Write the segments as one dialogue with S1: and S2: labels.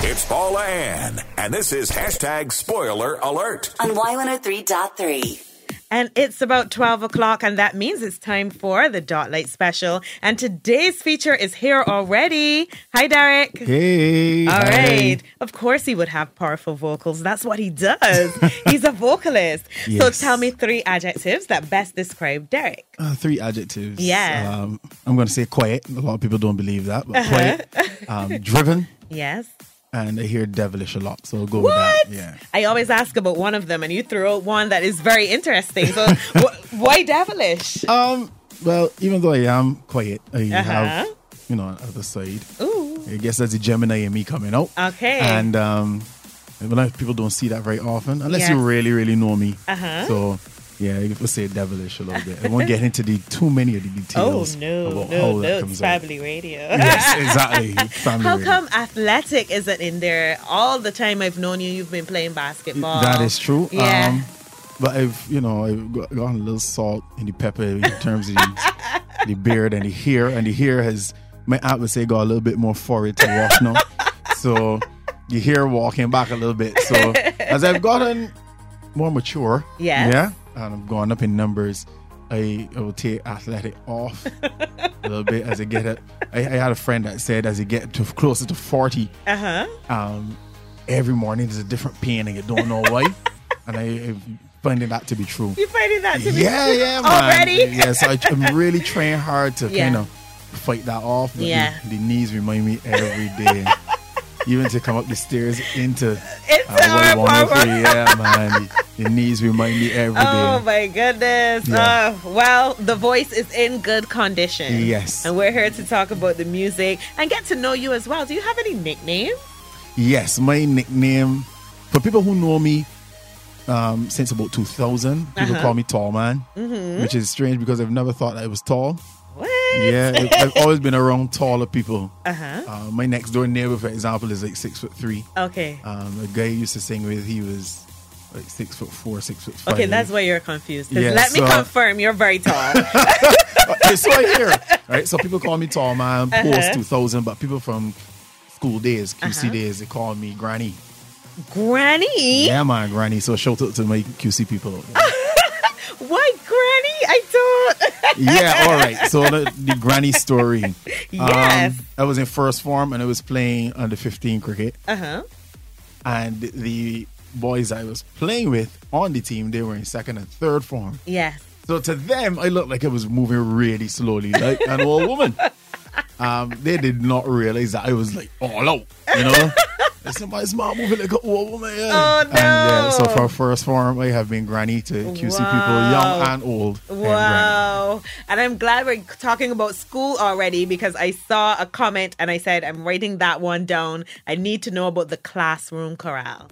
S1: It's Paula Ann, and this is hashtag spoiler alert.
S2: on Y103.3.
S3: And it's about 12 o'clock, and that means it's time for the Dot Light Special. And today's feature is here already. Hi, Derek.
S4: Hey.
S3: All right. Of course, he would have powerful vocals. That's what he does. He's a vocalist.
S4: Yes.
S3: So tell me three adjectives that best describe Derek.
S4: Uh, three adjectives.
S3: Yeah. Uh-huh.
S4: Um, I'm going to say quiet. A lot of people don't believe that, but quiet, um, driven,
S3: Yes.
S4: and I hear devilish a lot. So go
S3: What?
S4: with that. Yeah.
S3: I always ask about one of them, and you threw out one that is very interesting. So, wh- why devilish?
S4: Um. Well, even though I am quiet, I have
S3: Uh-huh.
S4: you know another side.
S3: Ooh.
S4: I guess that's the Gemini in me coming out.
S3: Okay.
S4: And um, a lot of people don't see that very often, unless you
S3: Yes.
S4: really, really know me.
S3: Uh-huh.
S4: So. Yeah, you could say devilish a little bit. I won't get into the too many of the
S3: Oh,
S4: details.
S3: no,
S4: about how
S3: no,
S4: that
S3: no. It's
S4: comes out.
S3: family radio.
S4: Yes, exactly. Family
S3: How
S4: radio.
S3: come athletic isn't in there? All the time I've known you, you've been playing basketball.
S4: That is true. Um,
S3: Yeah.
S4: but I've, you know, I've got- gotten a little salt in the pepper in terms of the, the beard and the hair. And the hair has, my aunt would say, got a little bit more forward to walk now. so the hair walking back a little bit. So as I've gotten more mature,
S3: Yes.
S4: yeah, and I'm going up in numbers, I, I will take athletic off a little bit as I get up. I, I had a friend that said as you get to closer to 40,
S3: Uh huh.
S4: um, every morning is a different pain and you don't know why. and I, I'm finding that to be true.
S3: You finding that to be
S4: Yeah, yeah, man.
S3: Already?
S4: Yeah, so I, I'm really trying hard to
S3: Yeah.
S4: kind of fight that off. but the-
S3: Yeah.
S4: The, knees remind me every day. Even to come up the stairs into uh,
S3: Into our
S4: Wally
S3: apartment.
S4: 103. Yeah, man. The, the knees remind me every day.
S3: Oh my goodness.
S4: Yeah.
S3: Oh, well, the voice is in good condition.
S4: Yes.
S3: And we're here to talk about the music and get to know you as well. Do you have any nickname?
S4: Yes, my nickname for people who know me um, since about 2000, people
S3: Uh-huh. Mm-hmm.
S4: call me Tall Man, which is strange because I've never thought I was tall.
S3: What?
S4: Yeah, I- I've always been around taller people.
S3: Uh huh.
S4: Uh, my next door neighbor, for example, is like six foot three.
S3: Okay.
S4: Um, a guy I used to sing with, he was like six foot four, six foot five. Uh,
S3: Okay, that's why you're confused. 'Cause
S4: Yeah,
S3: let me
S4: so-
S3: confirm, you're very tall.
S4: it's right here. Right, so people call me Tall Man
S3: Uh-huh.
S4: post 2000, but people from school days, QC
S3: Uh-huh.
S4: days, they call me Granny.
S3: granny?
S4: Yeah, man, Granny. So shout out to my QC people.
S3: Why, Granny? I don't.
S4: yeah, all right. So the, the granny story. Um,
S3: Yes.
S4: I was in first form and I was playing under 15 cricket.
S3: Uh huh.
S4: And the boys I was playing with on the team, they were in second and third form.
S3: Yes.
S4: So to them, I looked like I was moving really slowly, like an old woman. Um, they did not realize that I was like all out, you know. I said, "Why is mom moving like an old woman?" Yeah.
S3: Oh,
S4: And yeah, so
S3: no.
S4: for first form, I have been granny to QC people,
S3: Wow.
S4: young and old. and granny.
S3: Wow. And I'm glad we're talking about school already because I saw a comment and I said, I'm writing that one down. I need to know about the classroom corral.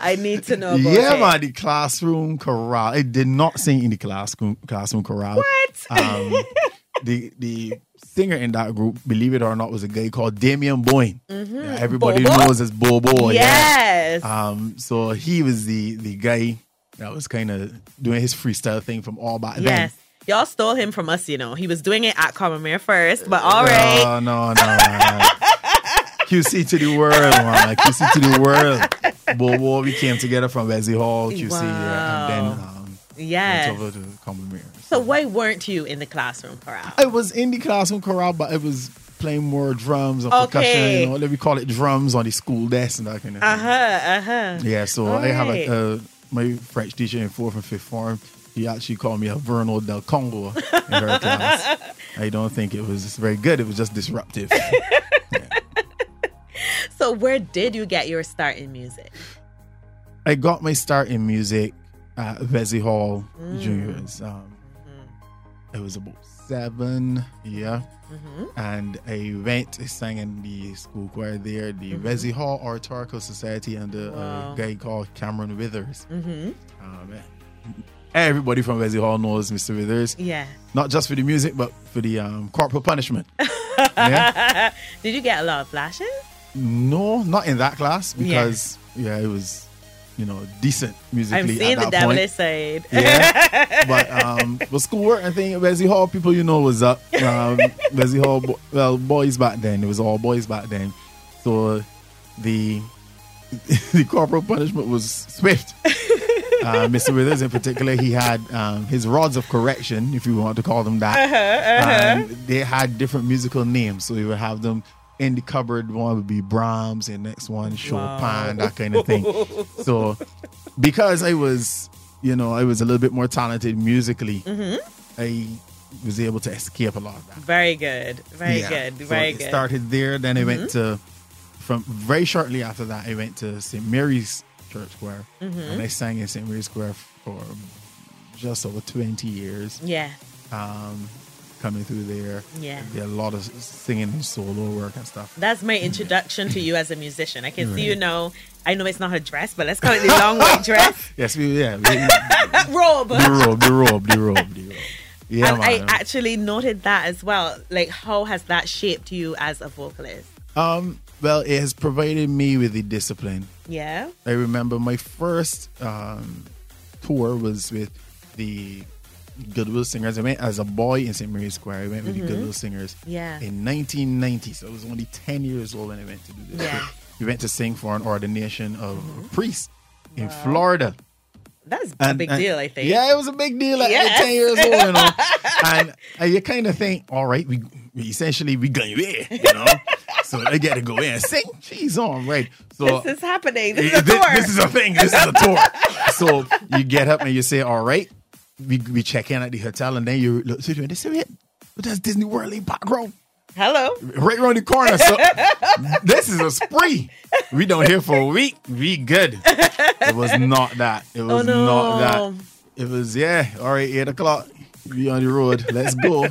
S3: I need to know about
S4: yeah,
S3: it.
S4: man, the classroom corral. It did not sing in the classroom classroom corral.
S3: What?
S4: Um, the the singer in that group, believe it or not, was a guy called Damian Boyne. Yeah, everybody
S3: Mm-hmm. Bobo?
S4: knows as Bobo. Yeah.
S3: yes.
S4: Um, so he was the the guy that was kind of doing his freestyle thing from all back then.
S3: yes. Y'all stole him from us, you know. He was doing it at Common Mirror first, but all right.
S4: No, no, no. no. QC to the world, man. QC to the world. Bobo, we came together from Wesley Hall, QC, yeah, and then
S3: Wow.
S4: um,
S3: yes.
S4: It's over to common mirror.
S3: So why weren't you in the classroom corral?
S4: I was in the classroom chorale, but I was playing more drums and percussion.
S3: Okay.
S4: You know, let me call it drums on the school desk and that kind of
S3: Uh huh. Uh huh.
S4: thing. Yeah, so
S3: All
S4: I have
S3: right.
S4: a, uh, my French teacher in fourth and fifth form. He actually called me a Verno del Congo in her class. I don't think it was very good. It was just disruptive.
S3: So where did you get your start in music?
S4: I got my start in music at Vesey Hall
S3: Mm.
S4: Juniors. Um,
S3: Mm-hmm.
S4: I was about seven, yeah. And I went, I sang in the school choir there, the Vesey Hall Oratorical Society, under
S3: Mm-hmm. Wow.
S4: a guy called Cameron Withers.
S3: Mm-hmm.
S4: Um, everybody from Vesey Hall knows Mr. Withers,
S3: Yeah.
S4: not just for the music, but for the um, corporal punishment. yeah.
S3: Did you get a lot of flashes?
S4: No, not in that class
S3: Yeah.
S4: because, yeah, it was, you know, decent musically.
S3: I'm seeing
S4: at
S3: the
S4: that point.
S3: devilish side.
S4: Yeah. but um, but schoolwork and thing, Wesley Hall people you know was up. Um, Wesley Hall, bo- well, boys back then. It was all boys back then. So the the corporal punishment was swift. Uh, Mr. Withers, in particular, he had um, his rods of correction, if you want to call them that.
S3: Uh-huh.
S4: Um, they had different musical names, so you would have them in the cupboard. One would be Brahms, and next one Chopin, that kind of thing. So, because I was, you know, I was a little bit more talented musically,
S3: Mm-hmm.
S4: I was able to escape a lot of that.
S3: Very good. Very
S4: Yeah.
S3: good.
S4: So
S3: Very
S4: it
S3: good. Mm-hmm.
S4: started there. Then I went to, from very shortly after that, I went to St. Mary's Church Choir,
S3: Mm-hmm.
S4: and I sang in St. Mary's Square for just over twenty years.
S3: yeah.
S4: Um, coming through there,
S3: Yeah.
S4: did a lot of singing and solo work and stuff.
S3: That's my introduction to you as a musician. I can see you now. I know it's not a dress, but let's call it the long white dress.
S4: Yes, we yeah, we,
S3: Robe.
S4: the robe, the robe, the robe, the robe. Yeah,
S3: and I
S4: man.
S3: actually noted that as well. Like, how has that shaped you as a vocalist?
S4: um, well, it has provided me with the discipline.
S3: Yeah.
S4: I remember my first um, tour was with the Goodwill Singers. I went as a boy in St. Mary's Square. I went with the Goodwill Singers
S3: Mm-hmm. Yeah.
S4: in 1990. So I was only 10 years old when I went to do this.
S3: Yeah. Mm-hmm.
S4: We went to sing for an ordination of a priest in Florida.
S3: That's a
S4: And-
S3: big
S4: and-
S3: deal, I think.
S4: Yeah, it was a big deal at
S3: Yes.
S4: 10 years old, you know. and uh, you kind of think, all right, we, we essentially we going here, you know. so I got to go in and sing. Jeez, all right. So
S3: This is happening. This is a
S4: Thi-
S3: tour.
S4: this is a thing. This is a tour. so you get up and you say, "All right, we, we check in at the hotel," and then you look through and they say, "Wait, but that's Disney World in background,
S3: Hello.
S4: right around the corner." So this is a spree. We don't hear for a week. We good. It was not that. It was
S3: no.
S4: not that. It was yeah. All right, eight o'clock. We on the road. Let's go.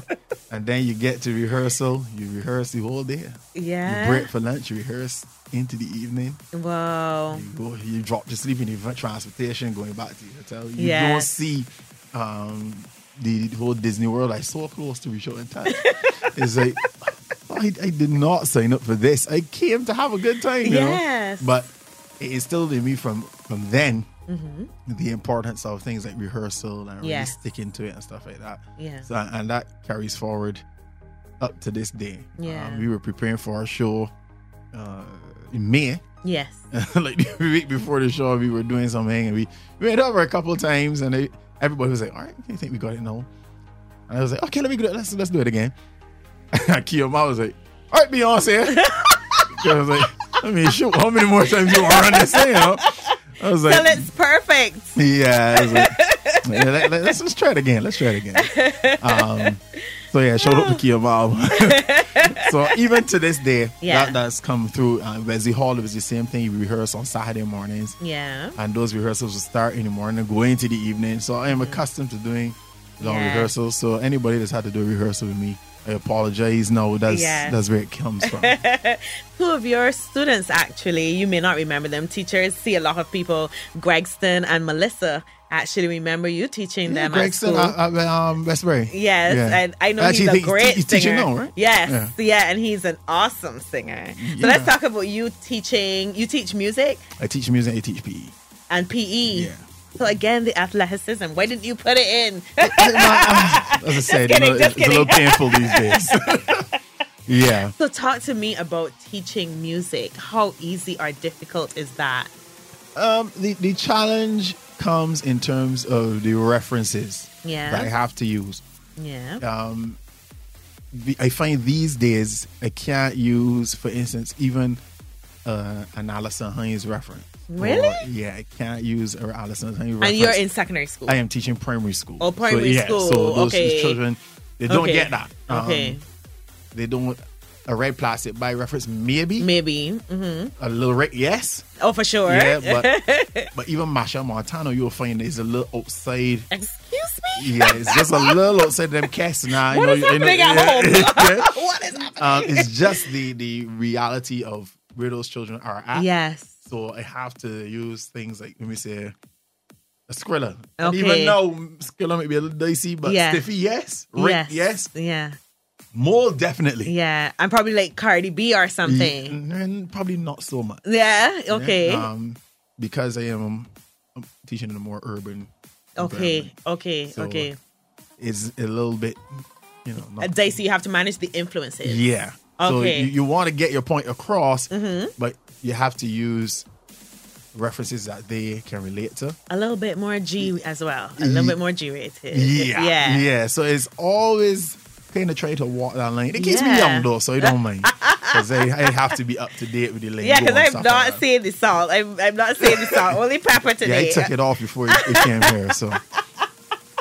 S4: And then you get to rehearsal. You rehearse the whole day. You
S3: Yeah.
S4: break for lunch. You rehearse into the evening.
S3: Wow.
S4: You go, you drop to sleep in the transportation going back to your hotel. You
S3: Yeah.
S4: don't see um, the whole Disney World. I so close to be short in time. it's like I, I did not sign up for this. I came to have a good time. You
S3: Yes.
S4: Know? But it instilled in me from from then
S3: Mm-hmm.
S4: the importance of things like rehearsal and
S3: Yeah.
S4: really sticking to it and stuff like that.
S3: Yeah.
S4: So, and that carries forward up to this day.
S3: Yeah.
S4: Um, we were preparing for our show uh, in May.
S3: Yes.
S4: like the week before the show, we were doing something and we we went over a couple of times and they, everybody was like, "All right, I think we got it now." And I was like, "Okay, let me do it. Let's let's do it again." And Kiyoma was like, "All right, Beyonce." I was like, "I mean, shoot, how many more times you want to run this thing?" Up? I was like,
S3: Well, it's perfect.
S4: yeah, I was like, yeah, let, us let's try it again. Let's try it again. Um, so yeah, shout out to Kia Mom. so even to this day,
S3: Yeah.
S4: that that's come through. Uh, Wesley Hall it was the same thing. You rehearse on Saturday mornings,
S3: Yeah.
S4: and those rehearsals will start in the morning, go into the evening. So I am accustomed to doing long
S3: Mm-hmm. Yeah.
S4: rehearsals. So anybody that's had to do a rehearsal with me, I apologize. No, that's
S3: Yeah.
S4: that's where it comes from.
S3: Two of your students, actually, you may not remember them. Teachers see a lot of people. Gregston and Melissa actually remember you teaching them at
S4: Gregson
S3: school.
S4: at, at, um, Westbury.
S3: Yes,
S4: Yeah.
S3: and I know
S4: Actually,
S3: he's a
S4: think
S3: great
S4: he's
S3: singer.
S4: teaching now, right?
S3: Yes,
S4: Yeah.
S3: yeah. and he's an awesome singer. So
S4: Yeah.
S3: let's talk about you teaching. You teach music
S4: I teach music. I teach E. PE.
S3: and PE.
S4: Yeah.
S3: So again, the athleticism. Why didn't you put it in?
S4: As um, I said,
S3: kidding,
S4: you know,
S3: just
S4: it's a little painful these days. yeah.
S3: so talk to me about teaching music. How easy or difficult is that?
S4: Um, the, the challenge comes in terms of the references
S3: Yeah.
S4: that I have to use.
S3: Yeah.
S4: The- I find these days I can't use, for instance, even uh, an Allison Haynes reference.
S3: Really?
S4: Or, yeah, I can't use an Allison Haynes reference.
S3: and you're in secondary school.
S4: I am teaching primary school.
S3: Oh, primary
S4: so, yeah,
S3: school.
S4: So those
S3: Okay.
S4: children, they don't
S3: Okay.
S4: get that. Um,
S3: okay.
S4: They don't. A red plastic by reference, maybe.
S3: Maybe. hmm
S4: A little red, yes.
S3: Oh, for sure.
S4: Yeah, but but even Masha Montano, you'll find is a little outside.
S3: Excuse me.
S4: Yeah, it's just a little outside them cats now. I
S3: What
S4: know,
S3: is
S4: I know-
S3: happening at
S4: yeah. Yeah.
S3: What is happening?
S4: Um, it's just the the reality of where those children are at.
S3: Yes.
S4: So I have to use things like let me say a Skrilla. And
S3: Okay.
S4: Even though Skrilla might be a little dicey, but
S3: Yeah.
S4: Stiffy, yes. Rick, yes.
S3: Yeah.
S4: More definitely.
S3: Yeah. I'm probably like Cardi B or something.
S4: And, and probably not so much.
S3: Yeah.
S4: Yeah,
S3: Okay.
S4: Um, because I am I'm teaching in a more urban.
S3: okay.
S4: environment.
S3: Okay.
S4: So, uh,
S3: okay. Uh,
S4: It's a little bit, you know.
S3: A
S4: Not,
S3: dicey. You have to manage the influences.
S4: yeah. So
S3: Okay. Mm-hmm.
S4: you, you want to get your point across, but you have to use references that they can relate to.
S3: A little bit more G as well. A little bit more G rated.
S4: Yeah.
S3: Yeah.
S4: Yeah. So it's always kind of try to walk that line. It keeps me
S3: Yeah.
S4: young though, so I don't mind. Because I, I have to be up to date with the lingo.
S3: Yeah, because
S4: and
S3: I'm
S4: stuff
S3: not
S4: like that.
S3: seeing the salt. I'm, I'm not seeing the salt. Only pepper
S4: Yeah,
S3: today.
S4: he took it off before it came here, so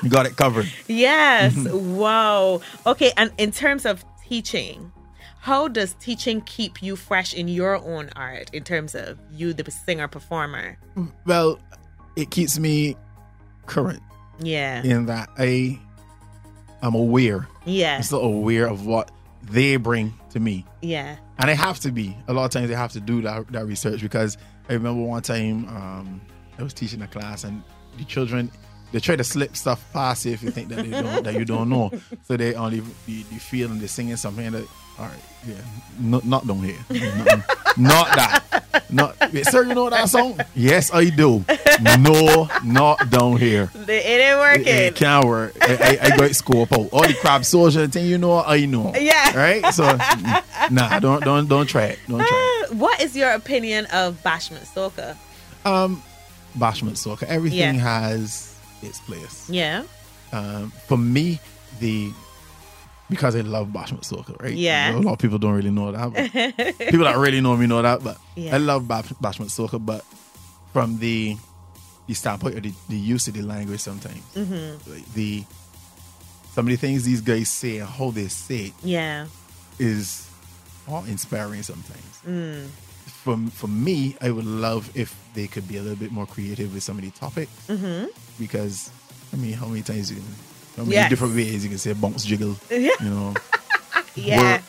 S4: you got it covered.
S3: Yes. Wow. Okay. And in terms of teaching, how does teaching keep you fresh in your own art in terms of you, the singer performer?
S4: Well, it keeps me current
S3: Yeah. Yeah.
S4: in that I am aware. I'm still aware of what they bring to me.
S3: Yeah.
S4: And I have to be. A lot of times I have to do that, that research because I remember one time um, I was teaching a class and the children they try to slip stuff past you if you think that they don't that you don't know. So they only you, you feel and they're singing something that all right, yeah, no, not down here, not, not that, not. Wait, sir, you know that song? Yes, I do. No, not down here.
S3: It ain't working.
S4: It can't work. I, I, I got scope out. All the crab soldier thing, you know, I know.
S3: Yeah.
S4: Right. So, mm, nah, don't don't don't try it. Don't try
S3: Ah, What is your opinion of Bashment Stalker?
S4: it. Um, bashment soccer. Everything
S3: Yeah.
S4: has its place.
S3: Yeah.
S4: Um, for me, the because I love bashment soccer, right?
S3: Yeah.
S4: A lot of people don't really know that. But people that really know me know that. But
S3: Yeah.
S4: I love bash, bashment soccer. But from the the standpoint of the, the use of the language, sometimes
S3: Mm-hmm.
S4: like the some of the things these guys say and how they say it
S3: Yeah.
S4: is all inspiring sometimes.
S3: Mm.
S4: For, for me, I would love if they could be a little bit more creative with some of the topics.
S3: Mm-hmm.
S4: Because, I mean, how many times you can, how many
S3: Yes.
S4: different ways you can say bounce, jiggle,
S3: Yeah.
S4: you know,
S3: Yeah.
S4: work,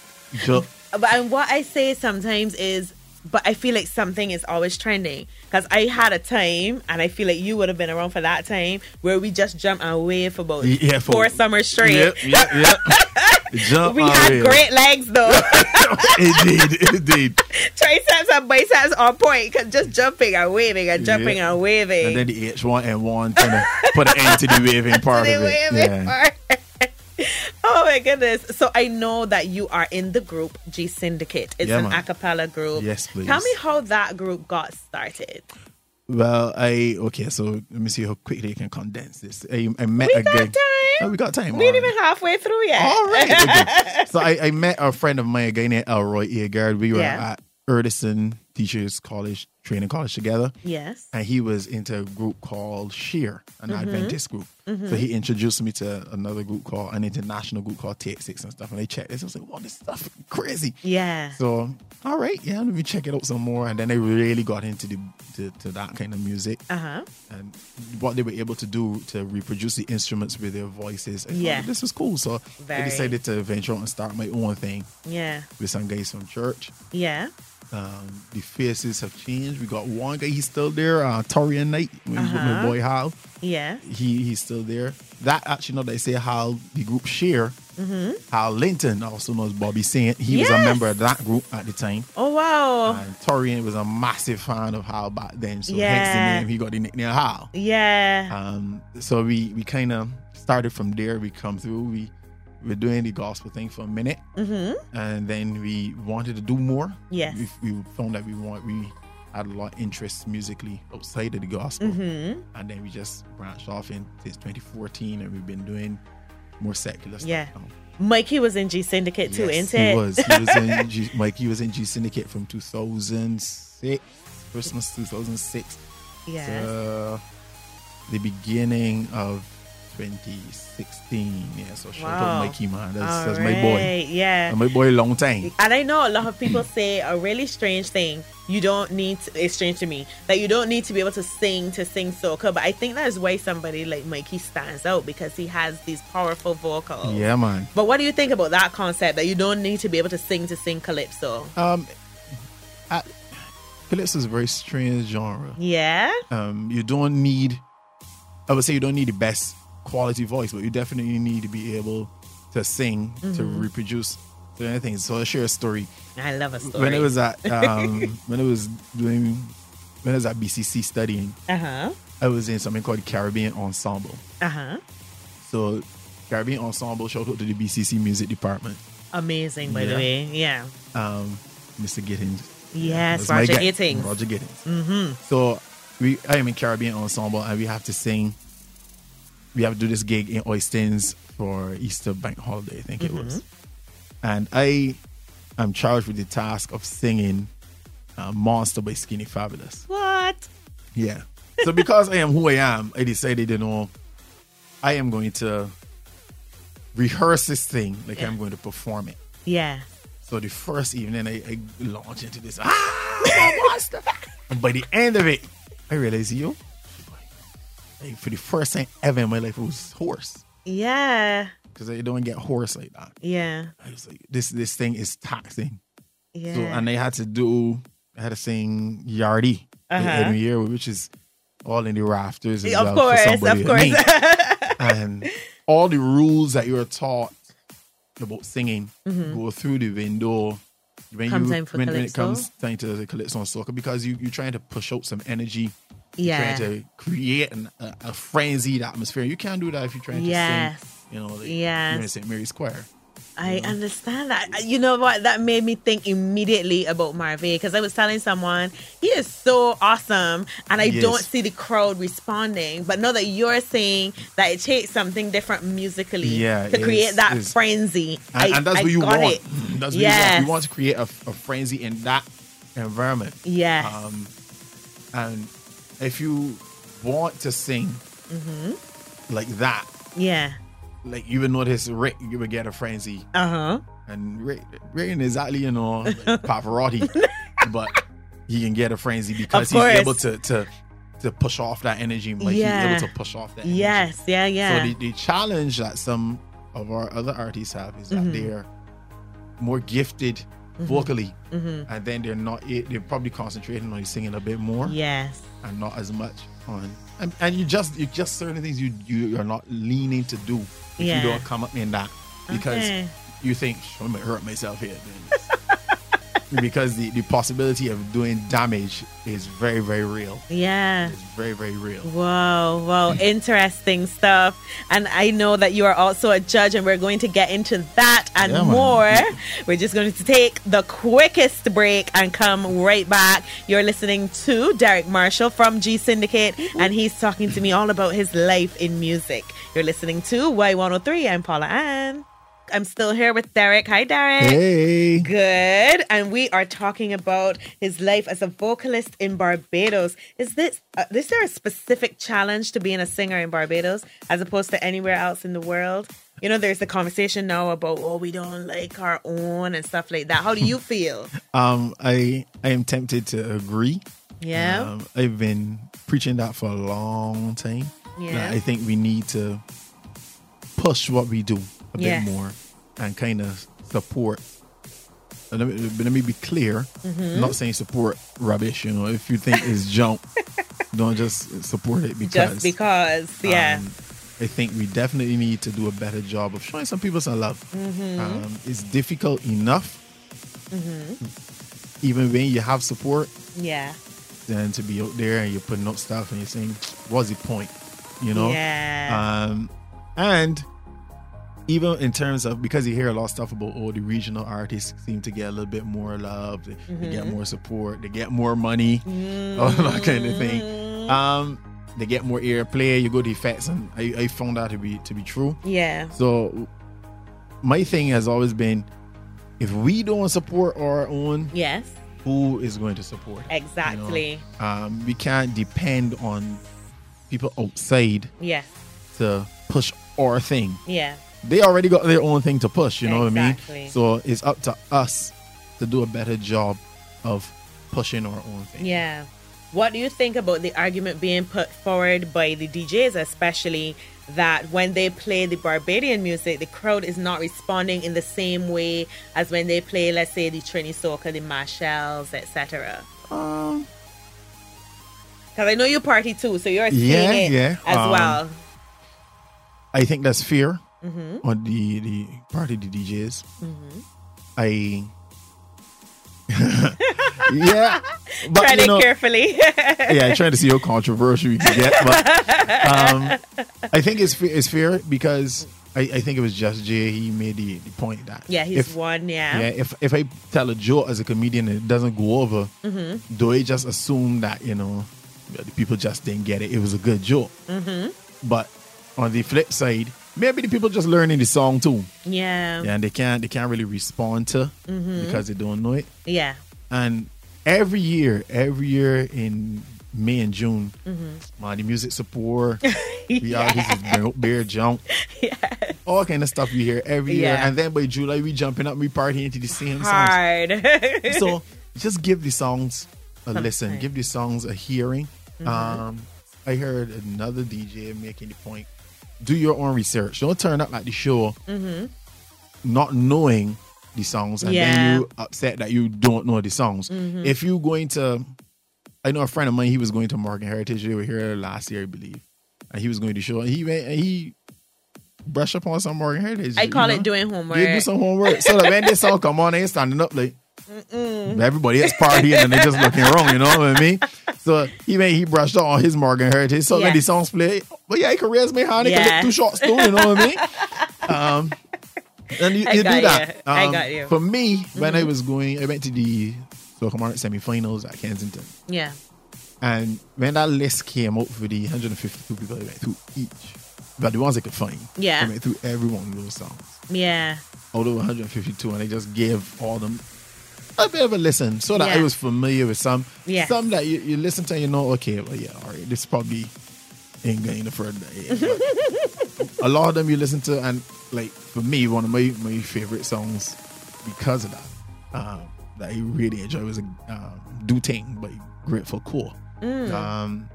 S4: jump.
S3: But and what I say sometimes is, but I feel like something is always trending because I had a time, and I feel like you would have been around for that time where we just jump and wave for about
S4: Yeah, for-
S3: four summers straight.
S4: Yep, yep, yep. jump.
S3: We
S4: all
S3: had
S4: the way.
S3: great legs though,
S4: indeed, indeed.
S3: triceps and biceps on point. 'cause just jumping and waving and jumping
S4: Yeah.
S3: and waving.
S4: And then the H1N1 kind of put an end to the waving part
S3: They
S4: of it.
S3: wave
S4: Yeah.
S3: it hard. oh my goodness. So I know that you are in the group G Syndicate. It's
S4: Yeah,
S3: an
S4: man.
S3: a cappella group.
S4: Yes, please.
S3: Tell me how that group got started.
S4: Well, I okay, so let me see how quickly I can condense this. I, I met
S3: We
S4: a
S3: got
S4: guy.
S3: time.
S4: Oh, we got time.
S3: We ain't
S4: all right.
S3: even halfway through yet.
S4: All right. okay. so I, I met a friend of mine, a guy named Elroy Eagard. We were
S3: Yeah.
S4: at Erdison Teachers College, Training College together.
S3: Yes.
S4: And he was into a group called Sheer, an
S3: Mm-hmm.
S4: Adventist group. So he introduced me to another group called an international group called Take Six and stuff. And I checked this. I was like, wow, this stuff is crazy.
S3: Yeah.
S4: So, all right, yeah, let me check it out some more. And then I really got into the to, to that kind of music
S3: Uh huh.
S4: and what they were able to do to reproduce the instruments with their voices. I thought
S3: Yeah.
S4: this was cool. So I
S3: Very.
S4: decided to venture out and start my own thing
S3: Yeah.
S4: with some guys from church.
S3: Yeah.
S4: Um, the faces have changed. We got one guy, he's still there, uh, Torian Knight, with my
S3: Uh-huh.
S4: boy Hal.
S3: Yeah.
S4: He he's still there. That actually, not that I say Hal, the group Share, Hal Linton, also known as Bobby Saint. He was a
S3: Mm-hmm. Yes.
S4: member of that group at the time.
S3: Oh wow.
S4: And Torian was a massive fan of Hal back then, so hence the
S3: Yeah.
S4: name. He got the nickname Hal.
S3: yeah.
S4: Um, so we we kind of started from there. We come through. We we're doing the gospel thing for a minute,
S3: mm-hmm.
S4: and then we wanted to do more.
S3: Yes.
S4: we, we found that we want we had a lot of interest musically outside of the gospel,
S3: Mm-hmm.
S4: and then we just branched off in since 2014, and we've been doing more secular stuff.
S3: Yeah.
S4: now.
S3: Mikey was in G Syndicate too,
S4: Yes,
S3: isn't
S4: he
S3: it?
S4: was. He was in G, Mike. He was in G Syndicate from 2006, Christmas 2006
S3: Yeah.
S4: uh, the beginning of 2016. Yeah, so shout
S3: Wow.
S4: out Mikey, man. That's,
S3: All
S4: that's my boy.
S3: right, Yeah.
S4: And my boy, long time.
S3: And I know a lot of people say a really strange thing. You don't need to, it's strange to me that you don't need to be able to sing to sing soca, but I think that is why somebody like Mikey stands out because he has these powerful vocals.
S4: Yeah, man.
S3: But what do you think about that concept that you don't need to be able to sing to sing calypso?
S4: Um, I, calypso is a very strange genre.
S3: Yeah.
S4: Um, you don't need, I would say, you don't need the best quality voice, but you definitely need to be able to sing to
S3: Mm-hmm.
S4: reproduce certain things. So I'll share a story.
S3: I love a story.
S4: When it was at um, when it was doing when I was at BCC studying,
S3: uh huh.
S4: I was in something called Caribbean Ensemble.
S3: Uh huh.
S4: So Caribbean Ensemble, shout out to the BCC Music Department.
S3: amazing, by the
S4: Yeah.
S3: way. Yeah.
S4: um, Mr. Gittings.
S3: Yes,
S4: That's my
S3: Roger
S4: guy,
S3: Gittings. Mm-hmm.
S4: Roger Gittings. So we, I am in Caribbean ensemble, and we have to sing. We have to do this gig in Oystins for Easter Bank Holiday, I think it was.
S3: Mm-hmm.
S4: And I am charged with the task of singing uh, "Monster" by Skinny Fabulous.
S3: What?
S4: Yeah. So because I am who I am, I decided, you know, I am going to rehearse this thing like I'm going to perform it.
S3: Yeah.
S4: So the first evening, I, I launched into this ah monster, and by the end of it, I realized yo, like, for the first time ever in my life, I was hoarse
S3: Yeah.
S4: because I don't get hoarse like that.
S3: Yeah.
S4: I was like, this this thing is taxing.
S3: Yeah.
S4: So and I had to do, I had to sing Yardie,
S3: Uh-huh.
S4: uh which is all in the rafters. as
S3: of
S4: well for
S3: course,
S4: somebody
S3: of
S4: like me.
S3: course.
S4: and all the rules that you're taught about singing go through the window when
S3: Come
S4: you
S3: Mm-hmm. time for
S4: when, when it
S3: calypso.
S4: comes time to the calypso and soca because you you're trying to push out some energy.
S3: yeah.
S4: You're trying to create an, a, a frenzied atmosphere. You can't do that if you're trying to
S3: Yes.
S4: sing. You know, like
S3: Yes.
S4: you're in St. Mary's Choir.
S3: I understand that. I- You know what? That made me think immediately about Marve because I was telling someone he is so awesome, and I
S4: He
S3: don't
S4: is.
S3: see the crowd responding. But now that you're saying that it takes something different musically
S4: Yeah,
S3: to
S4: it
S3: create
S4: is-
S3: that
S4: it is.
S3: frenzy,
S4: And,
S3: I,
S4: and that's
S3: I
S4: what you
S3: got
S4: want. Mm,
S3: It.
S4: That's what you want.
S3: Yes.
S4: You want to create a, a frenzy in that environment.
S3: Yes.
S4: Um, and if you want to sing
S3: Mm-hmm.
S4: like that,
S3: yeah.
S4: like you would notice Rick, you would get a frenzy,
S3: Uh huh.
S4: and Rick, Rick ain't exactly you know like Pavarotti, but he can get a frenzy because he's
S3: course.
S4: able to to to push off that energy, like
S3: Yeah.
S4: he's able to push off that. Energy.
S3: Yes. Yeah. Yeah.
S4: So the, the challenge that some of our other artists have is that
S3: Mm-hmm.
S4: they're more gifted vocally,
S3: Mm-hmm.
S4: and then they're not. eh, They're probably concentrating on singing a bit more
S3: yes.
S4: and not as much on and, and you just you just certain things you you are not leaning to do if
S3: Yeah.
S4: you don't come up in that because
S3: Okay.
S4: you think "Shh, I'm gonna hurt myself here then." because the, the possibility of doing damage is very very real
S3: Yeah.
S4: it's very very real
S3: Wow, wow, interesting stuff. And I know that you are also a judge, and we're going to get into that and
S4: Yeah, man.
S3: more. We're just going to take the quickest break and come right back. You're listening to Derek Marshall from G Syndicate, and he's talking to me all about his life in music. You're listening to Y103. I'm Paula Ann. I'm still here with Derek. Hi, Derek.
S4: hey
S3: Good. And we are talking about his life as a vocalist in Barbados. Is this uh, is there a specific challenge to being a singer in Barbados as opposed to anywhere else in the world? You know, there's the conversation now about oh, we don't like our own and stuff like that. How do you feel?
S4: um i i am tempted to agree
S3: Yeah.
S4: Um, I've been preaching that for a long time.
S3: Yeah.
S4: That I think we need to push what we do a
S3: Yes.
S4: bit more and kind of support. And Let me, but let me be clear.
S3: Mm-hmm.
S4: I'm not saying support rubbish. You know, if you think it's junk, don't just support it because.
S3: Just because, yeah.
S4: um, I think we definitely need to do a better job of showing some people some love.
S3: Mm-hmm.
S4: Um, it's difficult enough,
S3: Mm-hmm.
S4: even when you have support,
S3: yeah.
S4: than to be out there and you're putting up stuff and you're saying, what's the point? You know?
S3: Yeah.
S4: Um, and even in terms of because you hear a lot of stuff about oh the regional artists seem to get a little bit more love, they, they get more support, they get more money, all that kind of thing. Um, they get more airplay. You go to effects, and I, I found that to be to be true.
S3: yeah.
S4: So my thing has always been, if we don't support our own,
S3: Yes.
S4: who is going to support? it?
S3: Exactly.
S4: um, we can't depend on people outside
S3: Yes.
S4: to push our thing.
S3: Yeah.
S4: They already got their own thing to push, you know what I
S3: Exactly.
S4: mean? So it's up to us to do a better job of pushing our own thing.
S3: Yeah. What do you think about the argument being put forward by the DJs, especially that when they play the Barbadian music, the crowd is not responding in the same way as when they play, let's say, the Trini Soca, the Marshalls, etc.
S4: Um,
S3: Because I know you party too, so you're seeing
S4: Yeah,
S3: it
S4: yeah.
S3: as
S4: Um,
S3: well.
S4: I think that's fair
S3: Mm-hmm.
S4: on the, the part of the DJs. I. yeah. But,
S3: Tread
S4: you
S3: it
S4: know,
S3: carefully.
S4: yeah, trying to see how controversial you can get. But um, I think it's fa- it's fair because I, I think it was Just Jay. He made the, the point that
S3: Yeah, he's
S4: if,
S3: one. Yeah.
S4: Yeah, if if I tell a joke as a comedian and it doesn't go over, do I just assume that you know the people just didn't get it? It was a good joke. But on the flip side, maybe the people just learning the song too,
S3: Yeah.
S4: yeah,
S3: Yeah.
S4: and they can't they can't really respond to because they don't know it.
S3: Yeah.
S4: And every year, every year in May and June, man, the music support, we all this is bear- bear junk, all kind of stuff we hear every year.
S3: Yeah.
S4: And then by July, we jumping up, we partying into the same songs.
S3: Hard.
S4: So just give the songs a listen, give the songs a hearing.
S3: Mm-hmm.
S4: Um, I heard another DJ making the point: do your own research. Don't turn up at the show
S3: Mm-hmm.
S4: not knowing the songs, and
S3: Yeah. Mm-hmm.
S4: then you upset that you don't know the songs. If you going to, I know a friend of mine. He was going to Morgan Heritage. They were here last year, I believe, and he was going to show. He went and he. brushed up on some Morgan Heritage.
S3: I
S4: you
S3: call
S4: know?
S3: it doing homework.
S4: They do some homework. So that when this song come on, they standing up like everybody is partying and they just looking wrong, you know what I mean? So he made he brushed out on his Morgan Heritage. So when the
S3: Yes.
S4: songs play, but yeah, he can raise me hand, he can
S3: Yeah.
S4: look two shots too, you know what I mean? Um and you,
S3: I
S4: you do
S3: got
S4: that.
S3: you. I
S4: Um,
S3: got you. Mm-hmm.
S4: For me, when I was going, I went to the Philharmonic semifinals at Kensington.
S3: yeah.
S4: And when that list came out for the 152 people, I went through each. But the ones I could find.
S3: Yeah.
S4: I went through every one of those songs
S3: Yeah.
S4: out of 152 and they just gave all them a bit of a listen so that I
S3: Yeah.
S4: was familiar with some.
S3: Yeah.
S4: Some that you, you listen to and you know, okay, well, yeah, all right, this probably ain't going to further. Yeah, but a lot of them you listen to and like for me, one of my, my favorite songs because of that, um, that I really enjoy was um, Do Ting by Grateful Core.
S3: Mm.
S4: Um,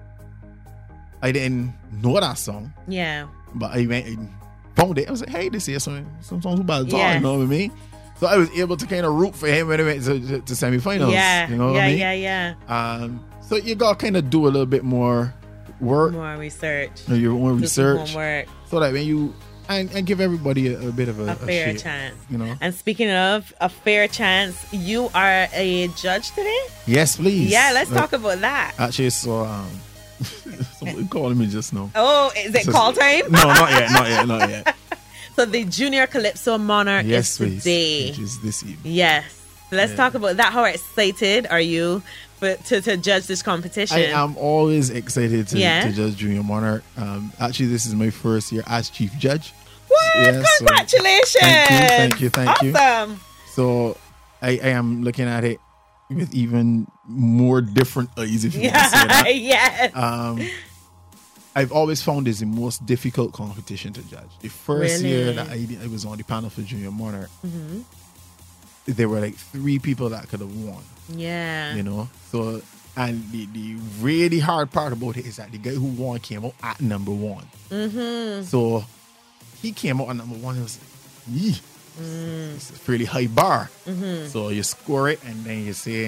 S4: I didn't know that song
S3: Yeah.
S4: but I went and phoned it. I was like, hey, this is some some songs about to
S3: Yeah.
S4: you know what I mean? So I was able to kind of root for him when he went to, to, to semifinals.
S3: yeah.
S4: You know what
S3: yeah,
S4: I mean?
S3: yeah. Yeah.
S4: Um, so you gotta kind of do a little bit more work,
S3: More research.
S4: do your own
S3: Do some
S4: research,
S3: Homework.
S4: so that when you and, and give everybody a, a bit of a,
S3: A fair
S4: shake,
S3: chance.
S4: You know?
S3: And speaking of a fair chance, you are a judge today.
S4: Yes, please.
S3: Yeah, let's
S4: Like,
S3: talk about that.
S4: Actually, so um, somebody calling me just now.
S3: Oh, is it
S4: So-
S3: call time?
S4: No, not yet, not yet, not yet.
S3: So the Junior Calypso Monarch
S4: yes,
S3: is
S4: please.
S3: today.
S4: Which is this evening.
S3: Yes. Let's
S4: Yeah.
S3: talk about that. How excited are you for, to, to judge this competition?
S4: I am always excited to,
S3: Yeah.
S4: to judge Junior Monarch. Um, actually, this is my first year as chief judge,
S3: What?
S4: Yeah, so-
S3: Congratulations.
S4: Thank you, thank you, thank you.
S3: awesome.
S4: so I, I am looking at it with even more different eyes, if you want to say
S3: Yeah,
S4: that.
S3: yes.
S4: Um, I've always found this the most difficult competition to judge. The first year
S3: Really? Mm-hmm.
S4: that I, I was on the panel for Junior Monarch, there were like three people that could have won.
S3: yeah.
S4: you know. So, and the, the really hard part about it is that the guy who won came out at number one. Mm-hmm. So he came out at number one. And was like, "Yee,
S3: Mm.
S4: this is a pretty high bar."
S3: Mm-hmm.
S4: So you score it, and then you say,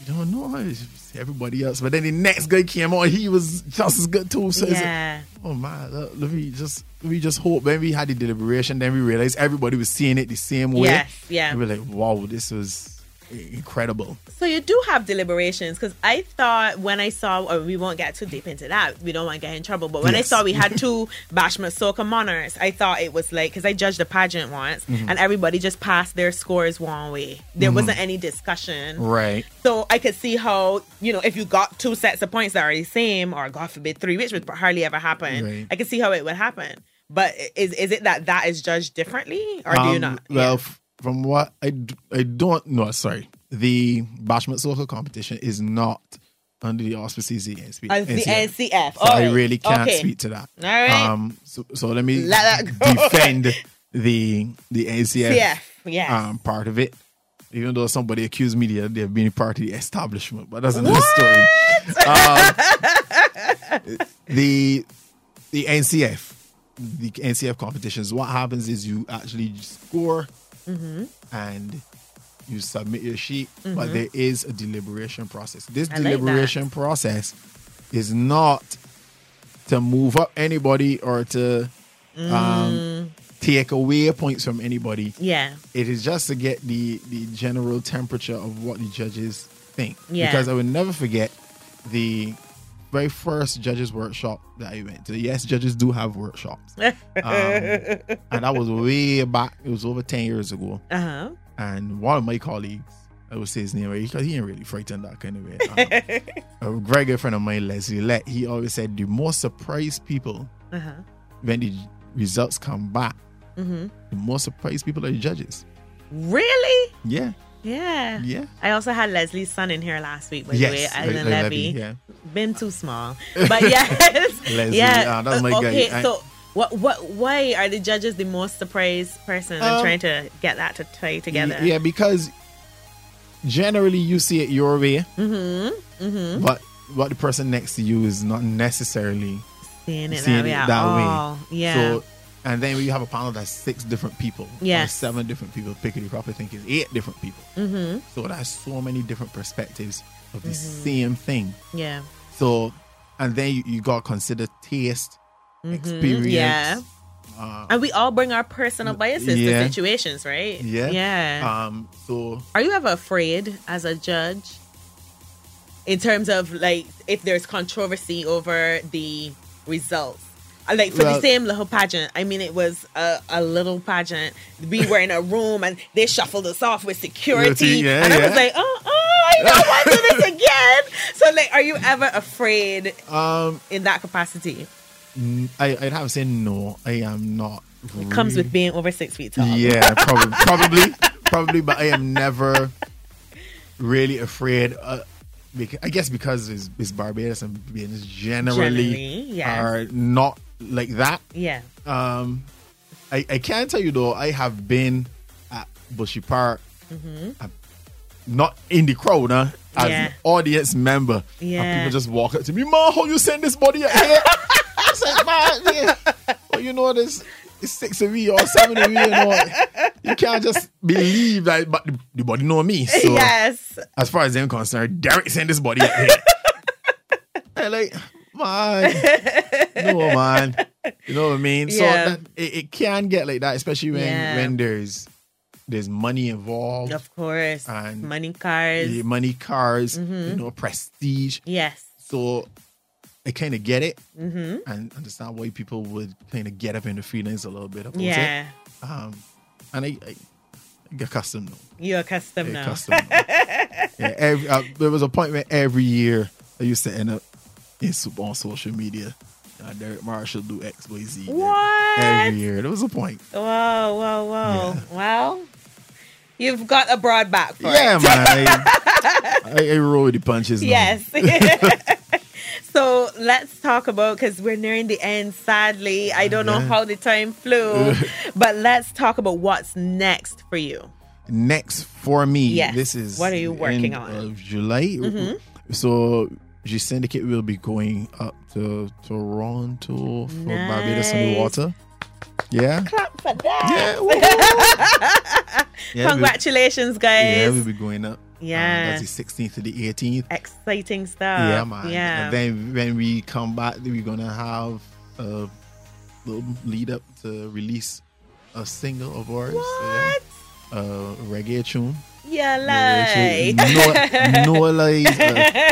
S4: "You don't know it's everybody else." But then the next guy came out. He was just as good too. So it's like,
S3: yeah.
S4: Oh man, look, let me just we just hope. Then we had the deliberation, then we realized everybody was seeing it the same way.
S3: Yes, yeah.
S4: And we're like, wow, this was incredible.
S3: So you do have deliberations because I thought when I saw, or we won't get too deep into that. We don't want to get in trouble. But when
S4: Yes.
S3: I saw we had two Bashment Soka monarchs, I thought it was like because I judged a pageant once,
S4: Mm-hmm.
S3: and everybody just passed their scores one way. There wasn't any discussion.
S4: Right.
S3: So I could see how, you know, if you got two sets of points that are the same, or God forbid three, which would hardly ever happen,
S4: Right.
S3: I could see how it would happen. But is is it that that is judged differently, or do you not?
S4: Um, Well, f- from what I, d- I don't know, sorry, the Bashment Soccer competition is not under the auspices of the NCF.
S3: As the NCF.
S4: So I
S3: Alright.
S4: really can't
S3: Oh, Okay.
S4: speak to that.
S3: All right.
S4: Um, so, so let me
S3: Let that go.
S4: defend the the NCF.
S3: CF, yes.
S4: um, part of it. Even though somebody accused me the other day of being part of the establishment, but that's another story. Um, the the NCF, the NCF competitions. What happens is you actually score
S3: Mm-hmm.
S4: and you submit your sheet, but there is a deliberation process. This
S3: I like that.
S4: deliberation process is not to move up anybody or to
S3: Mm.
S4: um, take away points from anybody
S3: yeah.
S4: it is just to get the the general temperature of what the judges think.
S3: Yeah.
S4: Because I would never forget the very first judges workshop that I went to. Yes, judges do have workshops, um,
S3: Uh-huh.
S4: and that was way back. It was over ten years ago.
S3: Uh huh.
S4: And one of my colleagues, I would say his name because he ain't really frightened that kind of way. Um, a very good friend of mine, Leslie Lett, he always said the most surprised people
S3: Uh huh.
S4: when the results come back,
S3: Mm-hmm.
S4: the most surprised people are the judges.
S3: Really?
S4: Yeah,
S3: Yeah.
S4: yeah.
S3: I also had Leslie's son in here last week, by the way,
S4: Yes,
S3: Island
S4: Le- Le-
S3: Levy.
S4: Levy, yeah.
S3: Been too small. But yes.
S4: Leslie,
S3: yeah.
S4: ah, that's my guy.
S3: okay,
S4: I-
S3: so what what why are the judges the most surprised person? I'm
S4: Um,
S3: trying to get that to tie together.
S4: Y- Yeah, because generally you see it your way,
S3: Mm-hmm. Mm-hmm.
S4: but what the person next to you is not necessarily
S3: Seeing it
S4: seeing
S3: that way.
S4: it
S3: at
S4: that way.
S3: all. Yeah.
S4: So, and then you have a panel that's six different people,
S3: Yes.
S4: or seven different people. Pickety crop, I think is eight different people.
S3: mm-hmm.
S4: So that's so many different perspectives of the same thing.
S3: Yeah.
S4: So, and then you, you got to consider taste,
S3: Mhm.
S4: experience.
S3: Yeah.
S4: Uh,
S3: And we all bring our personal biases
S4: yeah.
S3: to situations, right?
S4: yeah.
S3: Yeah.
S4: Um. So
S3: Are you ever afraid as a judge in terms of like if there's controversy over the results? Uh, Like for the
S4: Well-
S3: same little pageant, I mean, it was a, a little pageant. We were in a room and they shuffled us off with security,
S4: Yeah,
S3: and I was
S4: yeah.
S3: like, "Oh, oh, I don't want to do this again." So, like, are you ever afraid
S4: um,
S3: in that capacity?
S4: n- I, would have to say no. I am not.
S3: It comes with being over six feet tall.
S4: Yeah, probably, probably, probably. But I am never really afraid. Uh, because, I guess because it's, it's Barbados and Barbados generally,
S3: Generally, yes.
S4: are not like that.
S3: yeah.
S4: Um, I, I can tell you though, I have been at Bushy Park, I'm not in the crowd, huh? As
S3: Mm-hmm. Yeah.
S4: an audience member, And
S3: Yeah.
S4: people just walk up to me, "Ma, how you send this body out here?" I said, "Ma, yeah. well, you know this." It's six of me or seven of me, you know. You can't just believe that, but the, the body know me. So
S3: yes.
S4: as far as I'm concerned, Derek sent this body up here. I'm like, man, no man, you know what I mean.
S3: Yeah.
S4: So that, it, it can get like that, especially when
S3: Yeah.
S4: when there's there's money involved,
S3: Of course.
S4: And-
S3: Money cars.
S4: eh, money, cars,
S3: Mm-hmm.
S4: you know, prestige.
S3: Yes.
S4: So I kind of get it
S3: Mm-hmm.
S4: and understand why people would kind of get up in the feelings a little bit about
S3: Yeah.
S4: it. Um, and I, I, I get accustomed now.
S3: You're accustomed
S4: Yeah,
S3: now.
S4: custom. yeah, every, uh, there was a point where every year I used to end up in soup on social media. Uh, Derek Marshall do X, Y, Z.
S3: What?
S4: Every year. There was a point.
S3: Whoa, whoa, whoa. Well, you've got a broad back for
S4: yeah,
S3: it.
S4: man. I, I, I roll with the punches. now.
S3: Yes.
S4: Mm.
S3: so let's talk about because we're nearing the end, sadly. I don't know
S4: Yeah.
S3: how the time flew, but let's talk about what's next for you.
S4: Next for me,
S3: Yes.
S4: this is
S3: What are you
S4: the
S3: working
S4: end
S3: on? Mm-hmm.
S4: Of July. So. G Syndicate will be going up to Toronto for Barbados
S3: Nice.
S4: and the Water. Yeah.
S3: Clap for that.
S4: Yeah. woo, woo, woo. Yeah, we'll-
S3: Congratulations, guys.
S4: Yeah, we'll be going up. Um,
S3: Yeah.
S4: that's the 16th to the 18th.
S3: Exciting stuff.
S4: yeah, man.
S3: Yeah.
S4: And then when we come back, then we're going to have a little lead up to release a single of ours. yeah.
S3: what?
S4: A reggae tune.
S3: Yeah,
S4: Actually,
S3: like.
S4: Noah, Noah Lies, uh,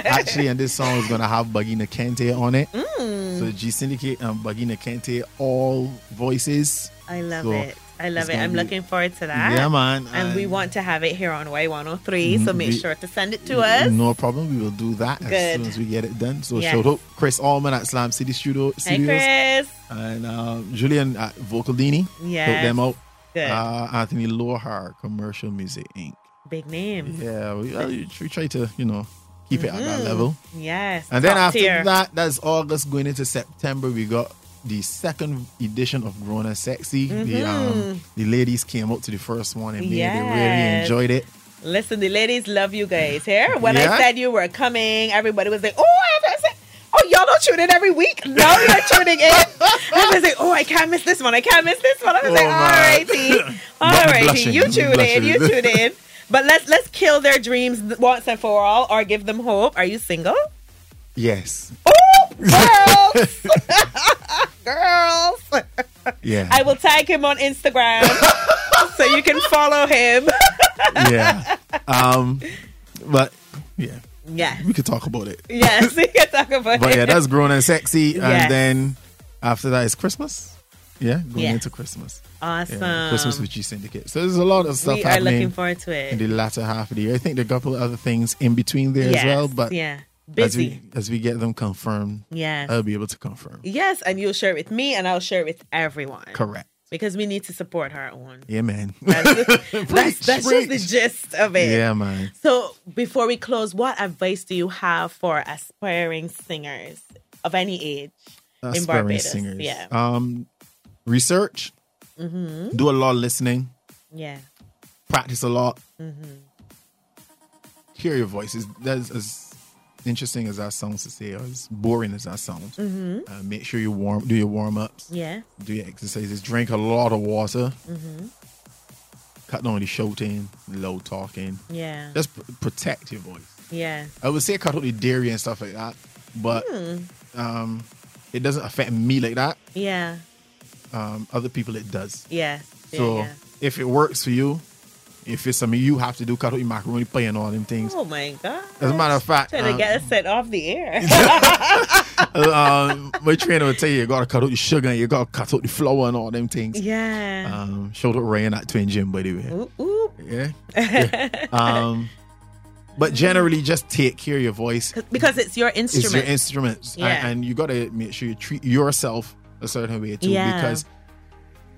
S4: actually, and this song is going to have Buggy Nakente on it.
S3: Mm.
S4: So G Syndicate and Buggy Nakente, all voices.
S3: I love
S4: So,
S3: it. I love
S4: it's
S3: it.
S4: gonna
S3: I'm
S4: be-
S3: looking forward to that.
S4: Yeah, man.
S3: Ah, And we want to have it here on Y103, so make
S4: Mm, Um, we-
S3: sure to send it to us.
S4: No problem. We will do that as
S3: Good.
S4: soon as we get it done. So
S3: Yes.
S4: shout out Chris Allman at Slam City Studio
S3: Hey,
S4: Studios
S3: Chris.
S4: and um, Julian at Vocaldini. Shout
S3: Yes.
S4: them out.
S3: Good.
S4: Uh, Anthony Lohar, Commercial Music Inc.
S3: Big names.
S4: Yeah, we, uh, we try to you know keep it at that level.
S3: Yes.
S4: And then
S3: Mm-hmm. top
S4: after
S3: tier.
S4: that, that's August going into September. We got the second edition of Grown and Sexy.
S3: Mm-hmm.
S4: The um, the ladies came up to the first one and made they really
S3: Yes.
S4: enjoyed it.
S3: Listen, the ladies love you guys here. When I
S4: Yeah.
S3: said you were coming, everybody was like, oh, I have to say- Oh, y'all don't tune in every week. Now you're tuning in. I was like, oh, I can't miss this one. I can't miss this one. I was
S4: Oh,
S3: like,
S4: man.
S3: all righty. All
S4: I'm
S3: righty.
S4: blushing.
S3: You
S4: I'm
S3: tune in. You
S4: blushing.
S3: tune in. But let's let's kill their dreams once and for all or give them hope. Are you single?
S4: Yes,
S3: Oh, girls. girls.
S4: yeah,
S3: I will tag him on Instagram so you can follow him.
S4: yeah. Um, but yeah,
S3: Yes.
S4: we could talk about it.
S3: Yes, we can talk about
S4: But
S3: it.
S4: yeah, that's grown and sexy.
S3: Yes.
S4: And then after that is Christmas. Yeah, going
S3: Yeah.
S4: into Christmas.
S3: awesome.
S4: Yeah, Christmas with G Syndicate. So there's a lot of stuff
S3: we are
S4: happening
S3: looking forward to it.
S4: in the latter half of the year. I think there are a couple of other things in between there
S3: yes.
S4: as well. But
S3: yeah,
S4: as
S3: busy.
S4: we uh, as we get them confirmed,
S3: yes.
S4: I'll be able to confirm.
S3: yes, and you'll share it with me, and I'll share it with everyone.
S4: Correct.
S3: Because we need to support her own.
S4: Yeah, man.
S3: That's, that's just the
S4: preach.
S3: gist of it.
S4: yeah, man.
S3: So, before we close, what advice do you have for aspiring singers of any age?
S4: Aspiring
S3: Barbados,
S4: singers.
S3: yeah.
S4: Um, research.
S3: Mm-hmm.
S4: Do a lot of listening.
S3: Yeah.
S4: Practice a lot.
S3: Mm-hmm.
S4: Hear your voices. That's as interesting as that sounds to say, or as boring as that sounds.
S3: Mm-hmm.
S4: Uh, make sure you warm. Do your warm ups.
S3: Yeah.
S4: Do your exercises. Drink a lot of water.
S3: Mm-hmm.
S4: Cut down the shouting, low talking.
S3: Yeah.
S4: Just pr- protect your voice.
S3: Yeah.
S4: I would say cut out the dairy and stuff like that, but
S3: Hmm.
S4: um, it doesn't affect me like that.
S3: Yeah.
S4: Um, other people, it does.
S3: Yeah. Yeah.
S4: So
S3: yeah.
S4: if it works for you, if it's something you have to do, cut out your macaroni play and all them things.
S3: Oh my god.
S4: As a matter of fact,
S3: Trying to
S4: um,
S3: get us set off the air. Oh.
S4: um, my trainer will tell you you gotta cut out the sugar and you gotta cut out the flour and all them things.
S3: yeah.
S4: Um, shout out Ryan at Twin Gym, by the way.
S3: ooh, ooh.
S4: Yeah. Yeah. um, but generally, just take care of your voice.
S3: Because it's your instrument.
S4: It's your instruments.
S3: Yeah.
S4: And, and you got to make sure you treat yourself a certain way too.
S3: Yeah.
S4: Because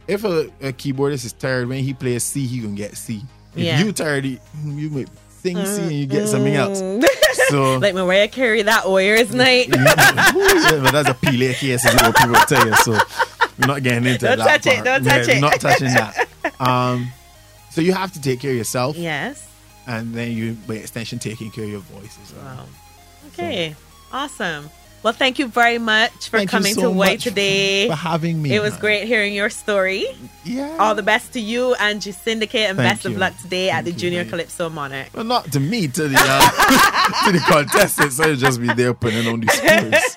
S4: if a, a keyboardist is tired, when he plays C, he going to get C. If
S3: Yeah.
S4: you tired, he- you might sing C and you get something else. So,
S3: Mm. like Mariah Carey that Warriors night.
S4: Yeah, but that's a Pele case, is what people tell you. So, we're not getting into
S3: Don't
S4: that.
S3: touch it,
S4: part.
S3: don't
S4: Yeah,
S3: touch
S4: we're
S3: it.
S4: not touching that. Um, so, you have to take care of yourself.
S3: yes.
S4: And then you, by extension, taking care of your voice as well.
S3: Wow. Okay. Awesome. Well, thank you very much for
S4: Thank you
S3: coming
S4: so
S3: to Way
S4: much
S3: today.
S4: For having me.
S3: It was
S4: man.
S3: great hearing your story.
S4: Yeah.
S3: All the best to you and your syndicate, and
S4: Thank
S3: best of
S4: you.
S3: luck today at
S4: Thank
S3: the
S4: you,
S3: Junior
S4: babe.
S3: Calypso Monarch.
S4: Well, not to me, to the uh, to the contestants. So it'll just be there putting on these skills.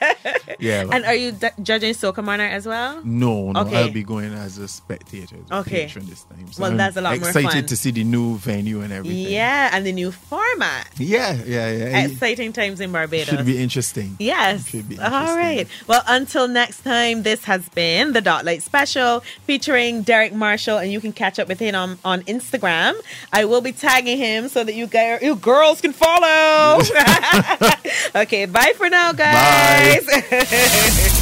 S4: Yeah.
S3: And are you d- judging Soca Monarch as well?
S4: no, no,
S3: Okay.
S4: I'll be going as a spectator, as a
S3: Okay.
S4: patron this time.
S3: Well, that's a lot more
S4: excited
S3: fun.
S4: to see the new venue and everything.
S3: Yeah, and the new format.
S4: yeah, yeah, yeah. It
S3: Exciting times in Barbados.
S4: should be interesting.
S3: Yes.
S4: Should be
S3: All
S4: interesting.
S3: right. Well, until next time, this has been the Dot Light Special featuring Derek Marshall, and you can catch up with him on, on Instagram. I will be tagging him so that you, guy- you girls can follow. okay, bye for now, guys.